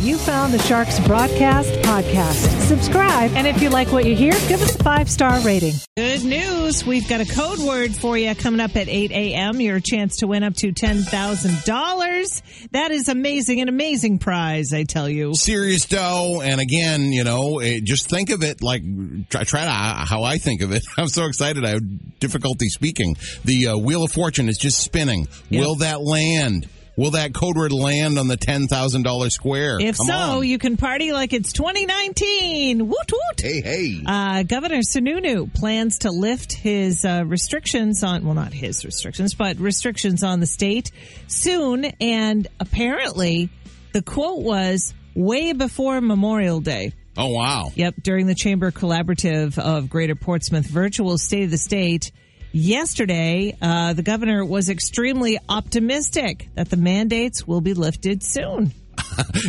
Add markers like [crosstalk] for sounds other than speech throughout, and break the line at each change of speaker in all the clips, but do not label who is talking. You found the Sharks Broadcast Podcast. Subscribe, and if you like what you hear, give us a five star rating. Good news. We've got a code word for you coming up at 8 a.m. Your chance to win up to $10,000. That is amazing, an amazing prize, I tell you.
serious dough. And again, you know, it, just think of it like try, try to how I think of it. [laughs] I'm so excited. I have difficulty speaking. The uh, wheel of fortune is just spinning. Will that land? Will that code word land on the ten thousand dollar square?
If
Come
so,
on.
you can party like it's 2019. Woot woot.
hey hey.
Uh, Governor Sununu plans to lift his uh, restrictions on, well, not his restrictions, but restrictions on the state soon. And apparently, the quote was way before Memorial Day.
oh wow.
Yep, during the Chamber Collaborative of Greater Portsmouth virtual State of the State. Yesterday, uh, the governor was extremely optimistic that the mandates will be lifted soon,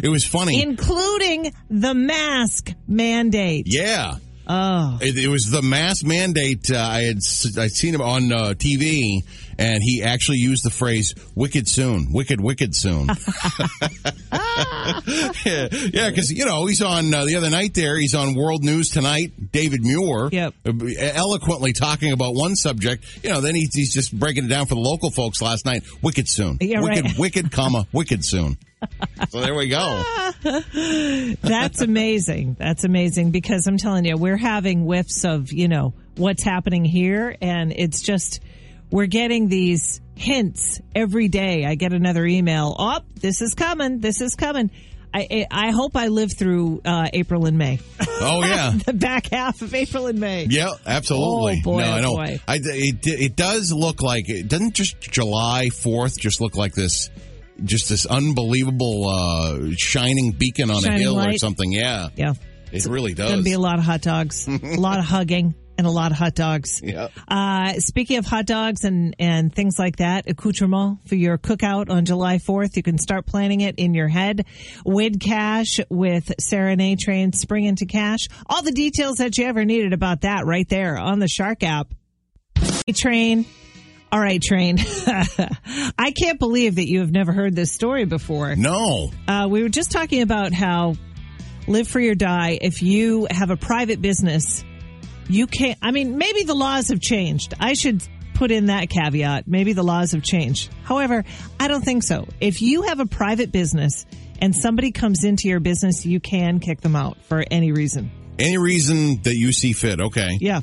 It was funny.
including the mask mandate.
yeah. Oh. It, it was the mass mandate. Uh, I had s- I'd seen him on uh, TV, and he actually used the phrase "wicked soon," "wicked,
[laughs]
wicked soon." [laughs] yeah, because you know he's on uh, the other night. There, he's on World News tonight. David Muir,
Yep.
uh, eloquently talking about one subject. You know, then he's, he's just breaking it down for the local folks last night. Wicked soon,
Yeah,
wicked,
right.
wicked, comma, wicked
[laughs]
soon. So there we go.
That's amazing. That's amazing because I'm telling you, we're having whiffs of, you know, what's happening here. And it's just, we're getting these hints every day. I get another email. Oh, this is coming. This is coming. I, I I hope I live through uh, April and May, [laughs]
Oh yeah.
the back half of April and May.
Yeah, absolutely.
Oh, boy,
no,
oh,
I know.
boy.
I, it, it does look like it doesn't just July 4th just look like this just this unbelievable uh shining beacon on a
Shining
hill or
light.
something. Yeah.
Yeah.
It really
Gonna
does.
be a lot of hot dogs, a lot of hugging, and a lot of hot dogs.
yeah.
Uh, speaking of hot dogs and, and things like that, accoutrement for your cookout on July 4th, you can start planning it in your head. Wid Cash with Sarah Nay Train, Spring into Cash. All the details that you ever needed about that right there on the Shark app. Hey, Train. All right, Train. [laughs] I can't believe that you have never heard this story before.
No.
Uh, we were just talking about how live free or die. If you have a private business, you can't. I mean, maybe the laws have changed. I should put in that caveat. Maybe the laws have changed. However, I don't think so. If you have a private business and somebody comes into your business, you can kick them out for any reason.
Any reason that you see fit. Okay.
Yeah.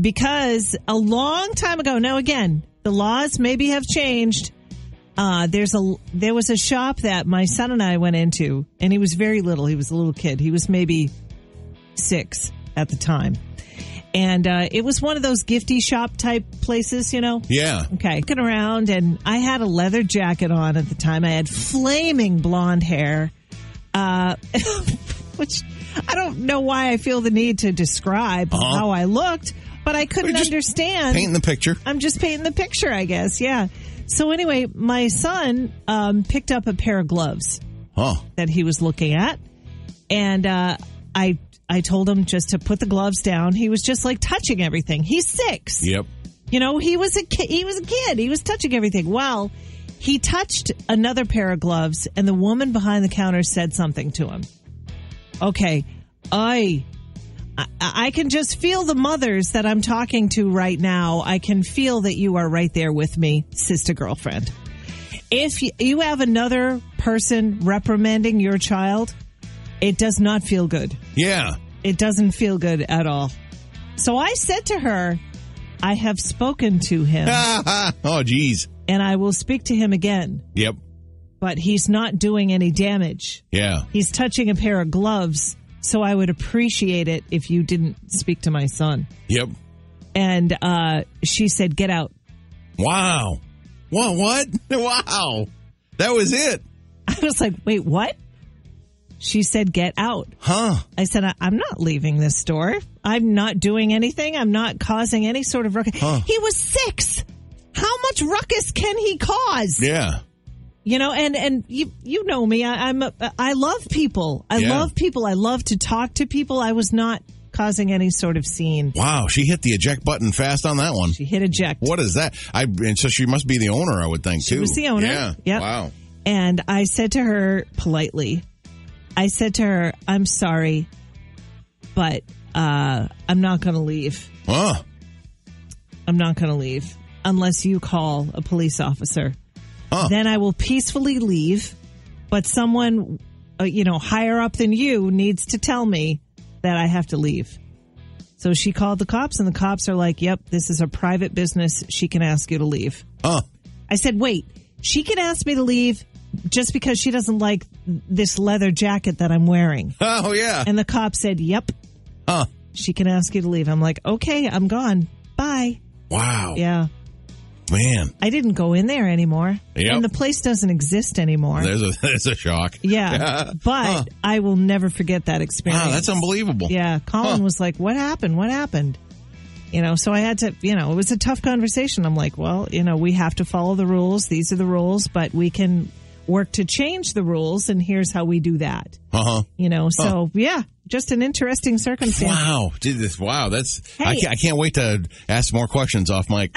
Because a long time ago, now again, the laws maybe have changed. Uh, there's a there was a shop that my son and I went into, and he was very little. He was a little kid. He was maybe six at the time, and uh, it was one of those gifty shop type places, you know.
Yeah.
Okay, looking around, and I had a leather jacket on at the time. I had flaming blonde hair, uh, [laughs] which I don't know why I feel the need to describe how I looked, but I couldn't
Uh-huh. You're just
understand.
Painting the picture.
I'm just painting the picture, I guess. Yeah. So anyway, my son um, picked up a pair of gloves
Huh.
that he was looking at, and uh, I I told him just to put the gloves down. He was just like touching everything. He's six.
Yep.
You know, he was a kid. He was a kid. He was touching everything. Well, he touched another pair of gloves, and the woman behind the counter said something to him. Okay, I, I, I can just feel the mothers that I'm talking to right now. I can feel that you are right there with me, sister girlfriend. If you- you have another person reprimanding your child, it does not feel good
Yeah. [laughs]
it doesn't feel good at all. So I said to her, I have spoken to him
[laughs] oh geez.
and I will speak to him again,
Yep.
but he's not doing any damage.
Yeah.
He's touching a pair of gloves, so I would appreciate it if you didn't speak to my son.
Yep.
And uh, she said, Get out. [laughs]
Wow. What what? [laughs] Wow. That was it.
I was like, Wait, what? She said, Get out.
Huh.
I said, I- I'm not leaving this store. I'm not doing anything. I'm not causing any sort of ruckus. He was six. How much ruckus can he cause?
Yeah.
You know, and and you you know me. I, I'm a, I love people. I
Yeah.
love people. I love to talk to people. I was not causing any sort of scene.
Wow, she hit the eject button fast on that one.
She hit eject.
What is that? I and so she must be the owner, I would think too.
was the owner.
Yeah.
Yep.
Wow.
And I said to her politely, I said to her, I'm sorry, but uh, I'm not going to leave.
Oh,
I'm not going to leave unless you call a police officer.
Huh.
Then I will peacefully leave, but someone, uh, you know, higher up than you needs to tell me that I have to leave. So she called the cops, and the cops are like, yep, this is a private business. She can ask you to leave.
oh,
I said, wait, she can ask me to leave just because she doesn't like this leather jacket that I'm wearing.
[laughs] oh, yeah.
And the cop said, yep,
Huh.
she can ask you to leave. I'm like, okay, I'm gone. Bye.
Wow.
Yeah.
Man,
I didn't go in there anymore.
Yep.
And the place doesn't exist anymore.
there's a, [laughs] there's a shock. [laughs]
yeah. But
Huh.
I will never forget that experience.
Wow, that's unbelievable.
yeah. Colin
Huh.
was like, what happened? What happened? You know, so I had to, you know, it was a tough conversation. I'm like, well, you know, we have to follow the rules. These are the rules, but we can work to change the rules. And here's how we do that,
Uh huh.
you know. So, yeah, just an interesting circumstance.
Wow. Did this? Wow. That's. I,
Hey.
ca- I can't wait to ask more questions off mic.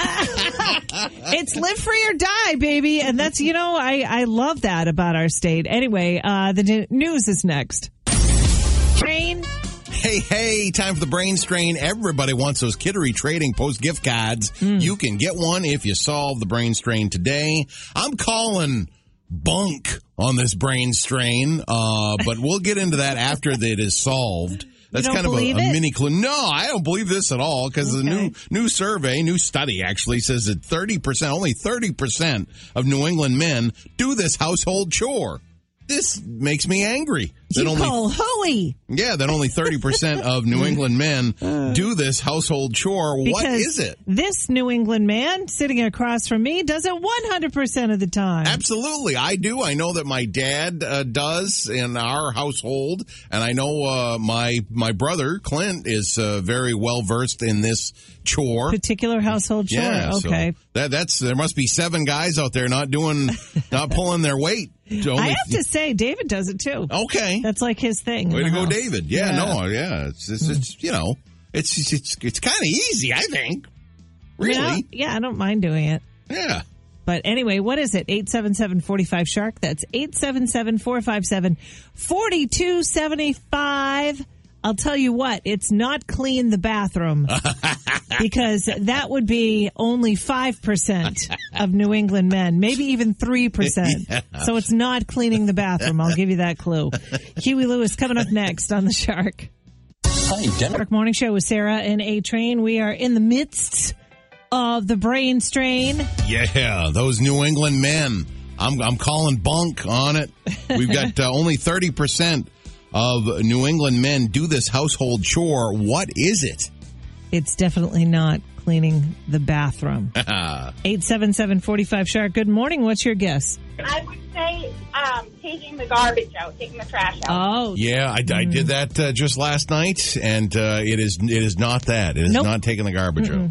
It's live free or die, baby. And that's, you know, I, I love that about our state. Anyway, uh, the n- news is next. Train.
Hey, hey, time for the brain strain. Everybody wants those Kittery Trading Post gift cards.
Hmm.
You can get one if you solve the brain strain today. I'm calling bunk on this brain strain, uh, but we'll get into that after that is solved. That's
don't
kind of a,
believe
a
it?
mini clue. No, I don't believe this at all because the new new survey, new study actually says that 30%, only 30% of New England men do this household chore. This makes me angry. That
You
only
call hooey.
yeah, that only 30% of New
[laughs]
England men do this household chore. What
Uh. because
is it?
This New England man sitting across from me does it 100% of the time.
Absolutely. I do. I know that my dad uh, does in our household. And I know uh, my my brother, Clint, is uh, very well versed in this chore.
Particular household chore.
Yeah, so
okay.
that that's there must be seven guys out there not doing
[laughs]
not pulling their weight.
I have to say, David does it too.
okay.
That's like his thing. Uh-huh. in
Oh. Way
the
to go,
house.
David. Yeah, no, yeah. It's, it's, it's you know, it's it's it's, it's kind of easy, I think.
I
Really?
mean, I don't- yeah, I don't mind doing it.
Yeah.
But anyway, what is it? 877-45 Shark. That's 877-457-4275. I'll tell you what, it's not clean the bathroom because that would be only 5% of New England men, maybe even 3%. So it's not cleaning the bathroom. I'll give you that clue. Huey Lewis coming up next on the Shark. Shark Morning Show with Sarah and A Train. We are in the midst of the brain strain.
Yeah, those New England men. I'm I'm calling bunk on it. We've [laughs] got uh, only 30% of New England men do this household chore. What is it?
It's definitely not cleaning the
[laughs]
bathroom. 877-45 Shark. Good morning. What's your guess?
I would say um, taking the garbage out, taking the trash out.
Oh,
Yeah, I, I did that uh, just last night and uh, it is it is not that. It is
Nope.
not taking the garbage out.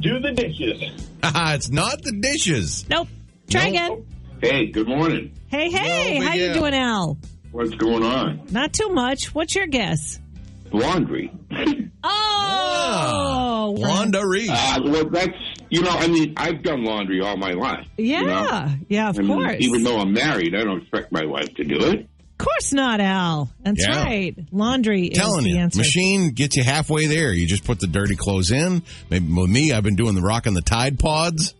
Do the dishes.
Haha, [laughs] it's not the dishes.
nope. Try
Nope.
again.
Hey, good morning.
Hey, hey.
No, but
how
yeah.
you doing, Al?
What's going on?
Not too much. What's your guess?
Laundry.
Ah,
Oh.
Wanda Reese.
Uh, well, that's you know, I mean, I've done laundry all my life.
Yeah.
you know?
Yeah, of
Mm,
I mean,
course.
Even though I'm married, I don't expect my wife to do it.
of course not, Al. That's
Yeah.
right. Laundry
telling
is the
you,
answer.
machine gets you halfway there. You just put the dirty clothes in. Maybe with me, I've been doing the rock and the Tide Pods.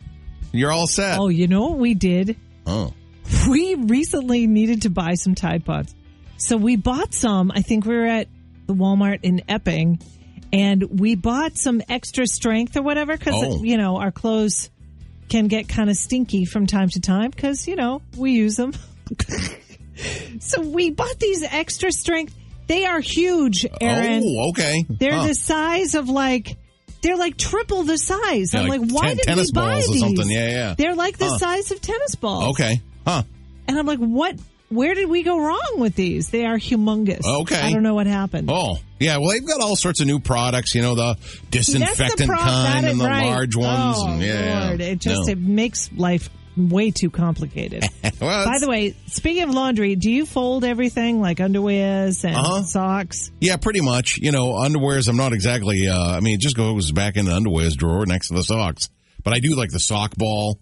You're all set.
Oh, you know what we did?
Oh.
we recently needed to buy some Tide Pods. So we bought some. I think we were at the Walmart in Epping and we bought some extra strength or whatever because,
Oh.
you know, our clothes can get kind of stinky from time to time because, you know, we use them. [laughs] so we bought these extra strength. They are huge, Aaron.
Oh, okay.
They're
Huh.
the size of like they're like triple the size.
Yeah,
I'm
like
like, why
ten-
did
tennis
we buy
balls or
these?
something. Yeah, yeah.
They're like the
Huh.
size of tennis balls.
Okay. Huh.
And I'm like, what? Where did we go wrong with these? They are humongous.
Okay.
I don't know what happened.
Oh, yeah. Well, they've got all sorts of new products, you know, the disinfectant
That's the problem.
kind
That
and
is
the
right.
large ones.
Oh,
and yeah.
Lord.
yeah.
It just
No.
it makes life way too
[laughs]
complicated.
Well,
By the way, speaking of laundry, do you fold everything like underwears and
Uh-huh.
socks?
Yeah, pretty much. You know, underwears, I'm not exactly, uh, I mean, it just goes back in the underwears drawer next to the socks. But I do like the sock ball.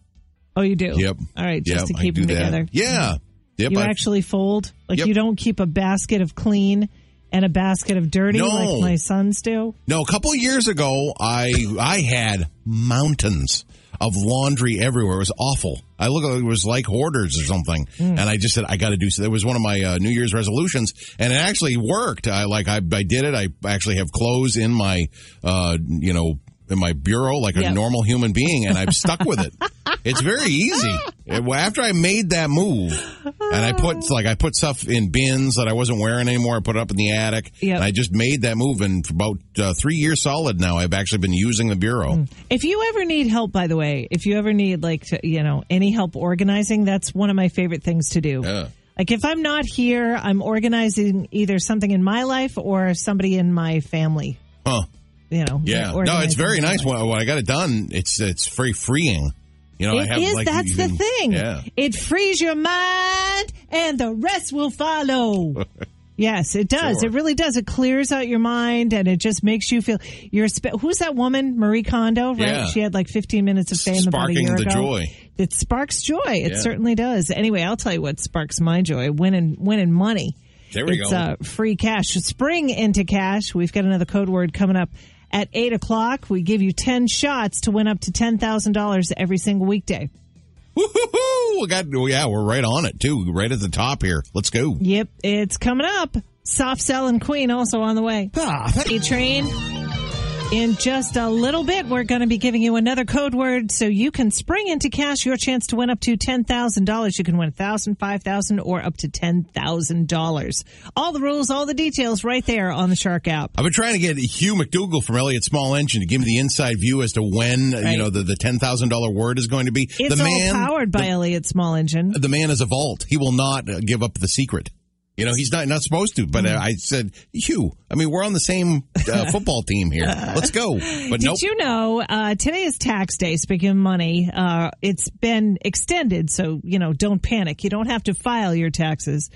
Oh, you do?
Yep.
All right, just
Yeah,
to keep
I do
them
that.
together.
Yeah. Yep,
you
I-
actually fold. Like
Yep.
you don't keep a basket of clean and a basket of dirty
No.
like my sons do.
No, a couple years ago, I I had mountains of laundry everywhere. It was awful. I look it was like hoarders or something.
Hmm.
And I just said I got to do so. That was one of my uh, New Year's resolutions, and it actually worked. I like I I did it. I actually have clothes in my uh you know in my bureau like a
Yep.
normal human being, and I've stuck
[laughs]
with it. It's very easy. It- well, after I made that move, and I put like I put stuff in bins that I wasn't wearing anymore. I put it up in the attic,
Yep.
and I just made that move. And for about uh, three years solid now, I've actually been using the bureau.
If you ever need help, by the way, if you ever need like to, you know any help organizing, that's one of my favorite things to do.
Yeah.
Like if I'm not here, I'm organizing either something in my life or somebody in my family.
Huh?
You know.
Yeah. No,
organizing
it's very
my
nice.
life.
When, when I got it done, it's it's very freeing. You know, I
It
have
is.
like
that's
you
the
can-
thing.
Yeah.
It frees your mind, and the rest will
[laughs]
follow. yes, it does.
Sure.
It really does. It clears out your mind, and it just makes you feel. You're spe- who's that woman, Marie Kondo? Right?
Yeah.
She had like 15 minutes of fame about a
Sparking
year
the
ago.
joy.
It sparks joy. It
Yeah.
certainly does. Anyway, I'll tell you what sparks my joy: winning, winning money.
There we
it's,
go.
Uh, free cash. Spring into cash. We've got another code word coming up at eight o'clock. We give you ten shots to win up to ten thousand dollars every single weekday.
Woo-hoo-hoo! We got oh, yeah, we're right on it too, right at the top here. Let's go.
Yep, it's coming up. Soft Cell and Queen also on the way. A train. In just a little bit, we're going to be giving you another code word so you can spring into cash your chance to win up to $10,000. You can win $1,000, $5,000, or up to $10,000. All the rules, all the details right there on the Shark app.
I've been trying to get Hugh McDougal from Elliott Small Engine to give me the inside view as to when you
Right.
know the, the ten thousand dollar word is going to be.
It's
the
all powered by Elliott Small Engine.
the man is a vault. He will not uh, give up the secret. You know, he's not not supposed to.
Mm.
But uh, I said, Hugh, I mean, we're on the same
[laughs]
uh, football team here. Let's go. But
Did
nope.
you know uh, today is tax day? Speaking of money, uh, it's been extended, so you know don't panic. You don't have to file your taxes.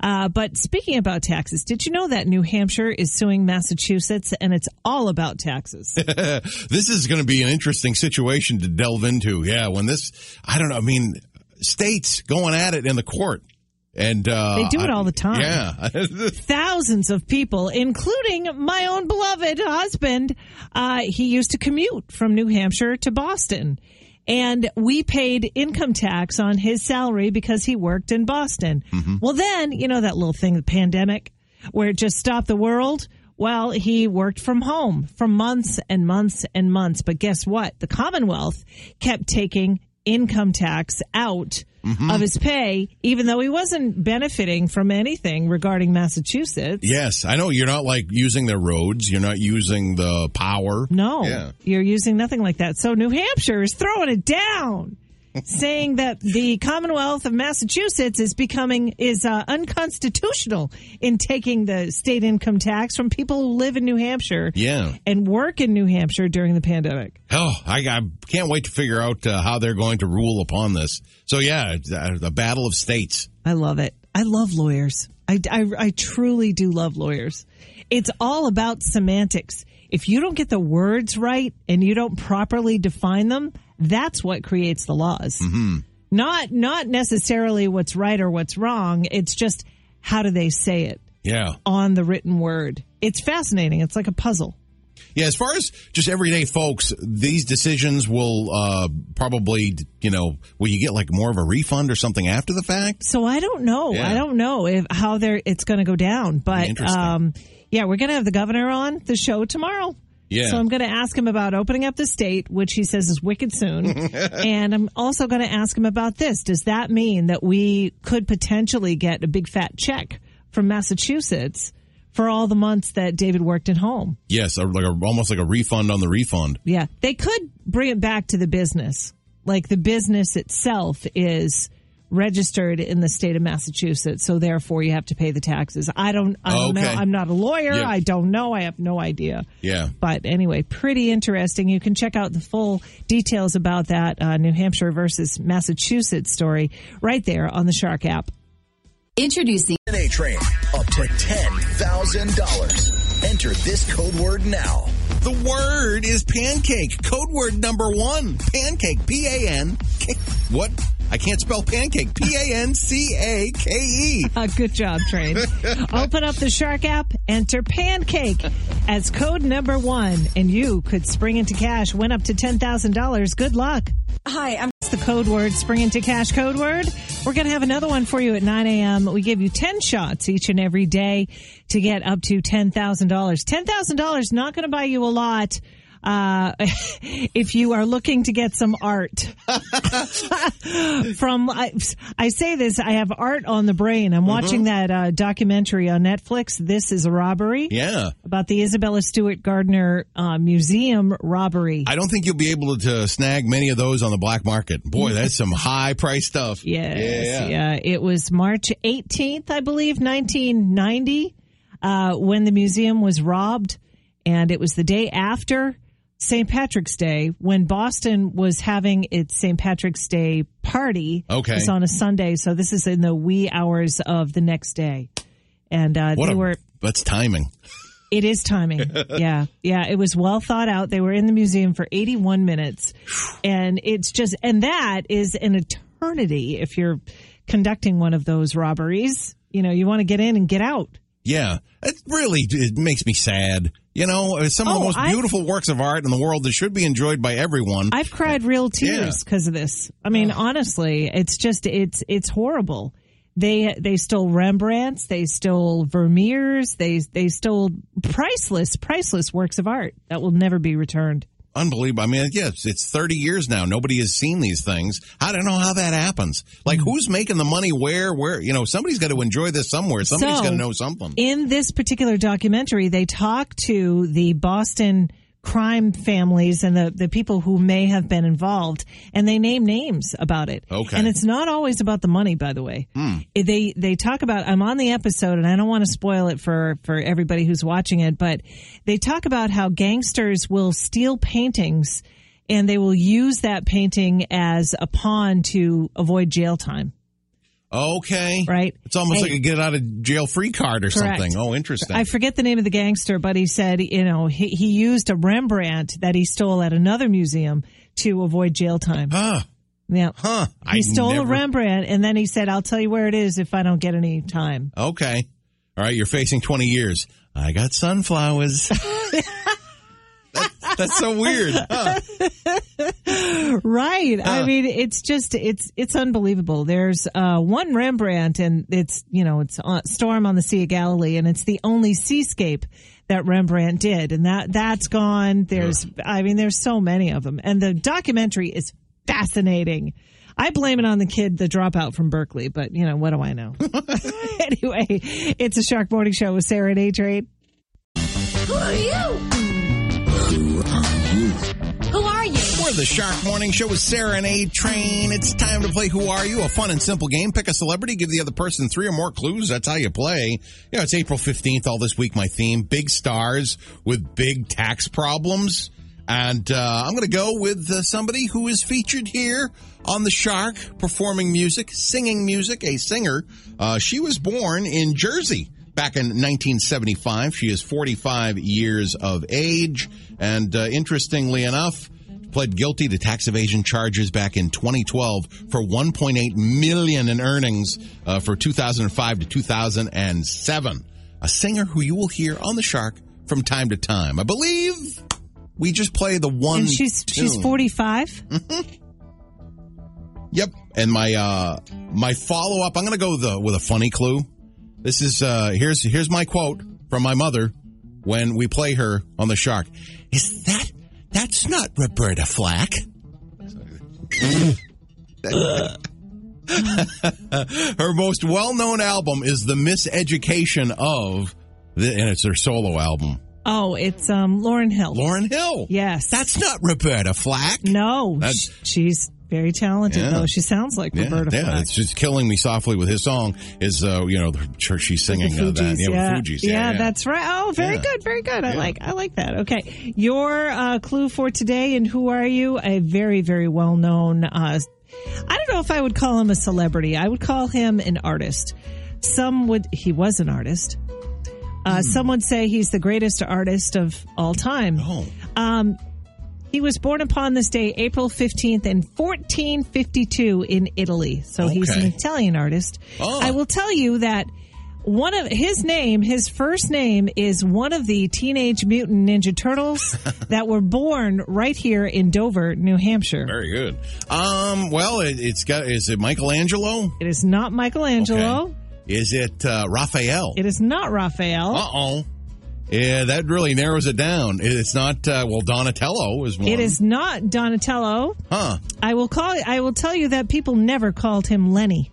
Uh, but speaking about taxes, did you know that New Hampshire is suing Massachusetts, and it's all about taxes?
this is going to be an interesting situation to delve into. Yeah, when this, I don't know. I mean, states going at it in the court, and uh,
They do it
I-
all the time.
Yeah, [laughs]
Thousands of people, including my own beloved husband, uh, he used to commute from New Hampshire to Boston. And we paid income tax on his salary because he worked in Boston. Well, then, you know, that little thing, the pandemic, where it just stopped the world. Well, he worked from home for months and months and months. But guess what? The Commonwealth kept taking income tax out
Mm-hmm.
of his pay, even though he wasn't benefiting from anything regarding Massachusetts.
Yes, I know you're not like using the roads. You're not using the power.
No,
Yeah.
you're using nothing like that. So New Hampshire is throwing it
[laughs]
down, saying that the Commonwealth of Massachusetts is becoming is uh, unconstitutional in taking the state income tax from people who live in New Hampshire
Yeah.
and work in New Hampshire during the pandemic.
Oh, I, I can't wait to figure out uh, how they're going to rule upon this. So yeah, it's, uh, the battle of states.
I love it. I love lawyers. I, I, I truly do love lawyers. It's all about semantics. If you don't get the words right and you don't properly define them, that's what creates the laws. Not not necessarily what's right or what's wrong. It's just how do they say it
Yeah.
on the written word. It's fascinating. It's like a puzzle.
Yeah, as far as just everyday folks, these decisions will uh, probably, you know, will you get like more of a refund or something after the fact?
So I don't know.
Yeah.
I don't know if how they're it's going to go down. But
Interesting.
um, yeah, we're going to have the governor on the show tomorrow.
Yeah.
So I'm going to ask him about opening up the state, which he says is wicked
[laughs]
soon. and I'm also going to ask him about this. Does that mean that we could potentially get a big fat check from Massachusetts for all the months that David worked at home?
Yes, or like a, almost like a refund on the refund.
Yeah. They could bring it back to the business. Like the business itself is registered in the state of Massachusetts, so therefore you have to pay the taxes. I don't I don't know.
Okay.
I'm not a lawyer.
Yeah.
I don't know. I have no idea.
Yeah.
But anyway, pretty interesting. You can check out the full details about that uh, New Hampshire versus Massachusetts story right there on the Shark app.
Introducing
DNA train up to $10,000. Enter this code word now.
The word is pancake. Code word number one. Pancake. P A N. E. What? I I can't spell pancake. P A N C A K E.
[laughs] Uh, good job, Train. Open up the Shark app, enter pancake as code number one, and you could spring into cash. Win up to $10,000. Good luck.
Hi, I'm
It's the code word, spring into cash code word. We're going to have another one for you at 9 a.m. We give you 10 shots each and every day to get up to $10,000. $10,000 not going to buy you a lot. Uh, [laughs] if you are looking to get some art [laughs] from, I, I say this, I have art on the brain. I'm watching that uh, documentary on Netflix. This is a robbery
Yeah.
about the Isabella Stewart Gardner uh, Museum robbery.
I don't think you'll be able to snag many of those on the black market. Boy,
[laughs]
that's some high price stuff.
Yes.
Yeah.
Yeah. It was March 18th, I believe, 1990, uh, when the museum was robbed. And it was the day after St. Patrick's Day when Boston was having its St. Patrick's Day party.
Okay.
It's on a Sunday. So this is in the wee hours of the next day. And uh,
What
they
a,
were.
that's timing.
It is timing. yeah. Yeah. It was well thought out. They were in the museum for 81 minutes. And it's just, and that is an eternity if you're conducting one of those robberies. You know, you want to get in and get out.
Yeah, it really it makes me sad. You know, it's some of the
Oh,
most
I-
beautiful works of art in the world that should be enjoyed by everyone.
I've cried real tears because of this. I mean, honestly, it's just, it's, it's horrible. They, they stole Rembrandts. They stole Vermeers. They, they stole priceless, priceless works of art that will never be returned.
Unbelievable. I mean, yes, it's 30 years now. Nobody has seen these things. I don't know how that happens. Like,
Mm-hmm.
who's making the money where, where, you know, somebody's got to enjoy this somewhere. Somebody's
So-
got to know something.
in this particular documentary, they talk to the Boston crime families and the, the people who may have been involved and they name names about it.
Okay.
And it's not always about the money, by the way. It- They, they talk about, I'm on the episode and I don't want to spoil it for, for everybody who's watching it, but they talk about how gangsters will steal paintings and they will use that painting as a pawn to avoid jail time.
okay.
Right.
It's almost
Hey.
like a get out of jail free card or
Correct.
something. Oh, interesting.
I forget the name of the gangster, but he said, you know, he, he used a Rembrandt that he stole at another museum to avoid jail time.
huh.
Yeah.
Huh.
He
I
stole a
never-
Rembrandt and then he said, I'll tell you where it is if I don't get any time.
Okay. All right. You're facing 20 years. I
[laughs]
got sunflowers. That- that's so weird. Huh.
Right. I mean, it's just, it's, it's unbelievable. There's, uh, one Rembrandt and it's, you know, it's on, Storm on the Sea of Galilee and it's the only seascape that Rembrandt did. And that, that's gone. There's, I mean, there's so many of them. And the documentary is fascinating. I blame it on the kid, the dropout from Berkeley, but you know, what do I
[laughs]
know? [laughs] anyway, it's a Shark Morning Show with Sarah and A Trade.
Who are you? Who are you?
We're the Shark Morning Show with Sarah and A Train. It's time to play Who Are You? A fun and simple game. Pick a celebrity, give the other person three or more clues. That's how you play. You know, it's April 15th all this week. My theme, big stars with big tax problems. And uh, I'm going to go with uh, somebody who is featured here on The Shark, performing music, singing music, a singer. Uh, she was born in Jersey back in 1975. She is 45 years of age. And uh, interestingly enough, pled guilty to tax evasion charges back in 2012 for 1.8 million in earnings uh, for 2005 to 2007. A singer who you will hear on the Shark from time to time. I believe we just play the one.
And she's, she's
tune. Mm.
45.
Yep. And my uh my follow up, I'm gonna go with a, with a funny clue. This is uh here's here's my quote from my mother when we play her on the shark. Is that that's not Roberta Flack? [laughs] her most well known album is The Miseducation of the, and it's her solo album.
Oh, it's, um, Lauren Hill.
Lauren Hill.
Yes.
That's not Roberta Flack.
No,
That's-
sh- she's very talented
Yeah.
though. She sounds like
Yeah,
Roberta
yeah,
Flack.
it's just killing me softly with his song. Is uh, you know, the church she's
The
singing uh, that,
Fugees,
yeah,
yeah.
With Fugees,
Yeah, that's right. Oh, very
Yeah.
good, very good. I
Yeah.
like, I like that. Okay, your uh, clue for today and who are you? A very, very well known. Uh, I don't know if I would call him a celebrity. I would call him an artist. Some would. He was an artist.
Hmm.
Uh, Some would say he's the greatest artist of all time.
Oh,
Um, He was born upon this day, April 15th, in 1452 in Italy. So he's an
Okay.
Italian artist.
Oh.
I will tell you that one of his name, his first name is one of the Teenage Mutant Ninja
[laughs]
Turtles that were born right here in Dover, New Hampshire.
Very good. Um, well, it, it's got. Is it Michelangelo?
It is not Michelangelo.
Okay. Is it uh, Raphael?
It is not Raphael.
Uh oh. Yeah, that really narrows it down. It- It's not. Uh, well, Donatello is one.
It is not Donatello.
Huh.
I will call. I will tell you that people never called him Lenny.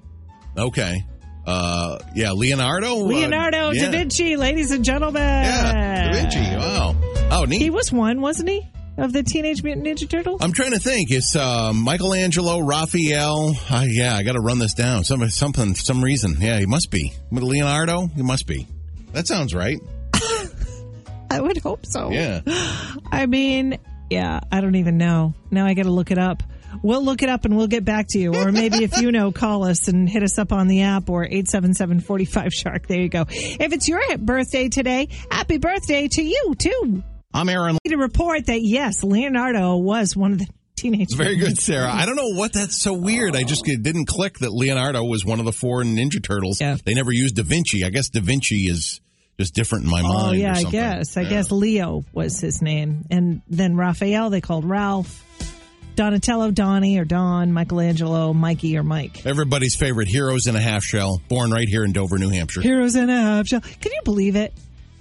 Okay. Uh, yeah, Leonardo. Uh,
Leonardo
yeah.
da Vinci, ladies and gentlemen.
Yeah, Da Vinci. Wow. Oh, neat.
He was one, wasn't he, of the Teenage Mutant Ninja Turtles?
I'm trying to think. It's uh, Michelangelo, Raphael. Uh, yeah, I got to run this down. Some something, some reason. Yeah, he must be With Leonardo. He must be. That sounds right.
I would hope so. [laughs]
Yeah.
I mean, yeah, I don't even know. Now I got to look it up. We'll look it up and we'll get back to you. Or maybe if you know, call us and hit us up on the app or 877-45 Shark. There you go. If it's your birthday today, happy birthday to you too.
I'm Aaron.
To report that yes, Leonardo was one of the teenage.
Very good, Sarah. I don't know what that's so weird. I just it didn't click that Leonardo was one of the four Ninja Turtles.
Yeah.
They never used Da Vinci. I guess Da Vinci is just different in my mind.
Oh
or
yeah, I
something.
guess. I
Yeah.
guess Leo was his name, and then Raphael they called Ralph, Donatello, Donnie or Don, Michelangelo, Mikey or Mike.
Everybody's favorite heroes in a half shell, born right here in Dover, New Hampshire.
Heroes in a half shell. Can you believe it?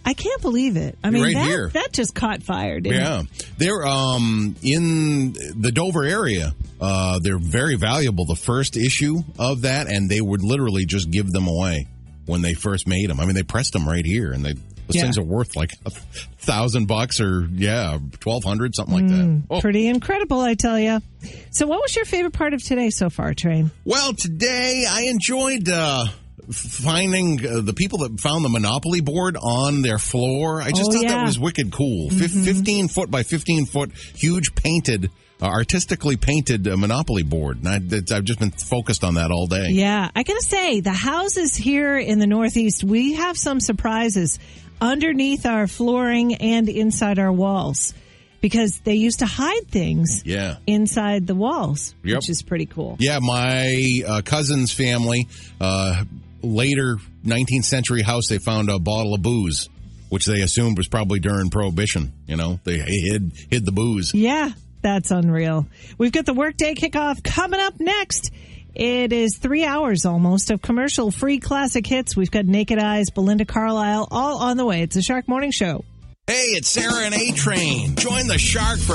I can't believe it. I mean,
Right
that,
here.
that just caught fire, didn't it?
Yeah, they're um in the Dover area. Uh, they're very valuable. The first issue of that, and they would literally just give them away when they first made them. I mean, they pressed them right here, and they those
Yeah.
things are worth like a thousand bucks or yeah, twelve hundred something like that. Oh.
Pretty incredible, I tell you. So, what was your favorite part of today so far, Train?
Well, today I enjoyed uh, finding uh, the people that found the Monopoly board on their floor. I just
Oh,
thought
yeah. Mm-hmm.
that was wicked cool. Fif 15 foot by 15 foot, huge painted, uh, artistically painted uh, Monopoly board. And I, that's- I've just been focused on that all day.
Yeah, I gotta say, the houses here in the Northeast, we have some surprises underneath our flooring and inside our walls because they used to hide things
Yeah.
inside the walls,
Yep.
which is pretty cool.
Yeah, my uh, cousin's family, uh, later 19th century house, they found a bottle of booze, which they assumed was probably during Prohibition. You know, they hid hid the booze.
Yeah, that's unreal. We've got the workday kickoff coming up next. It is three hours almost of commercial free classic hits. We've got Naked Eyes, Belinda Carlisle, all on the way. It's a Shark Morning Show.
Hey, it's Sarah and A Train. Join the shark for